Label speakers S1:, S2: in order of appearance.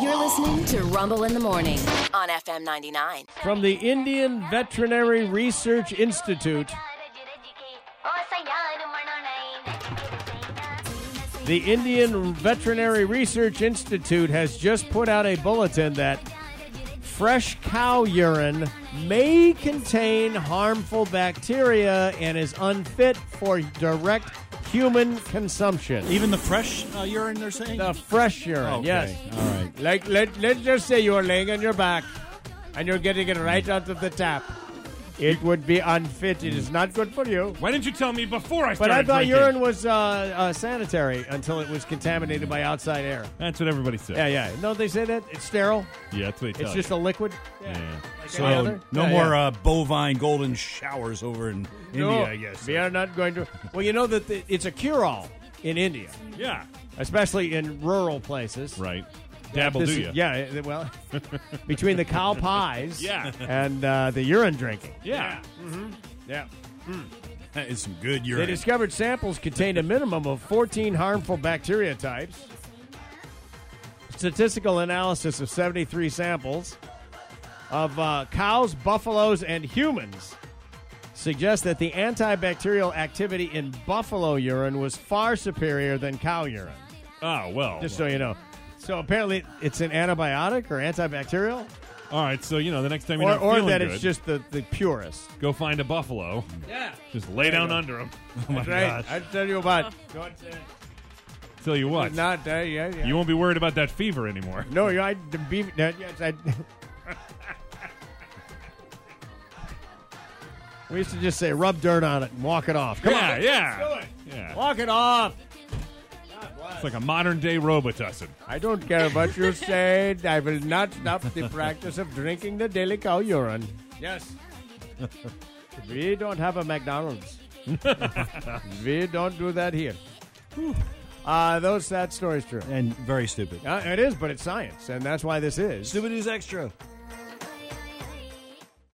S1: You're listening to Rumble in the Morning on FM 99.
S2: From the Indian Veterinary Research Institute, the Indian Veterinary Research Institute has just put out a bulletin that fresh cow urine may contain harmful bacteria and is unfit for direct human consumption.
S3: Even the fresh uh, urine, they're saying.
S2: The fresh urine,
S3: Okay,
S2: yes.
S3: All right.
S2: Like let let's just say you are laying on your back and you're getting it right out of the tap. It would be unfit. It is not good for you.
S4: Why didn't you tell me before I started
S2: But I thought
S4: drinking?
S2: urine was uh, uh, sanitary until it was contaminated by outside air.
S4: That's what everybody said.
S2: Yeah, yeah. No, they say that it's sterile.
S4: Yeah, that's what they tell
S2: It's just a liquid.
S4: you. Yeah.
S3: So
S2: any other?
S3: no
S2: Yeah,
S3: more
S2: yeah.
S3: Uh, bovine golden showers over in India, I guess.
S2: we are not going to. Well, you know that the- it's a cure-all in India,
S4: Yeah.
S2: especially in rural places.
S4: Right. Dabble
S2: This
S4: do
S2: is-
S4: ya?
S2: Yeah. it- Well, between the cow pies,
S4: Yeah.
S2: and uh, the urine drinking.
S4: Yeah.
S2: Yeah.
S3: That is some good
S2: They
S3: urine.
S2: discovered samples contained a minimum of 14 harmful bacteria types. Statistical analysis of 73 samples of uh, cows, buffaloes, and humans suggests that the antibacterial activity in buffalo urine was far superior than cow urine.
S4: Oh well.
S2: Just so you know. So apparently, it's an antibiotic or antibacterial,
S4: All right. So you know the next time you're
S2: or,
S4: not
S2: or
S4: feeling
S2: that
S4: good,
S2: it's just the, the purest.
S4: go find a buffalo.
S2: Yeah.
S4: Just lay down under Oh, him.
S2: That's right. I tell you about.
S4: Tell you what.
S2: Not that. Yeah, yeah.
S4: You won't be worried about that fever anymore.
S2: No, you- I the beef. no, yes, I. we used to just say rub dirt on it and walk it off. Come
S4: yeah,
S2: on, Let's
S4: yeah.
S2: do it.
S4: Yeah.
S2: Walk it off.
S4: It's like a modern day Robitussin.
S2: I don't care what you say. I will not stop the practice of drinking the daily cow urine. Yes. we don't have a McDonald's. we don't do that here. Uh, those that story's true.
S3: and very stupid.
S2: Uh, it is, but it's science, and that's why this is.
S3: Stupid is extra.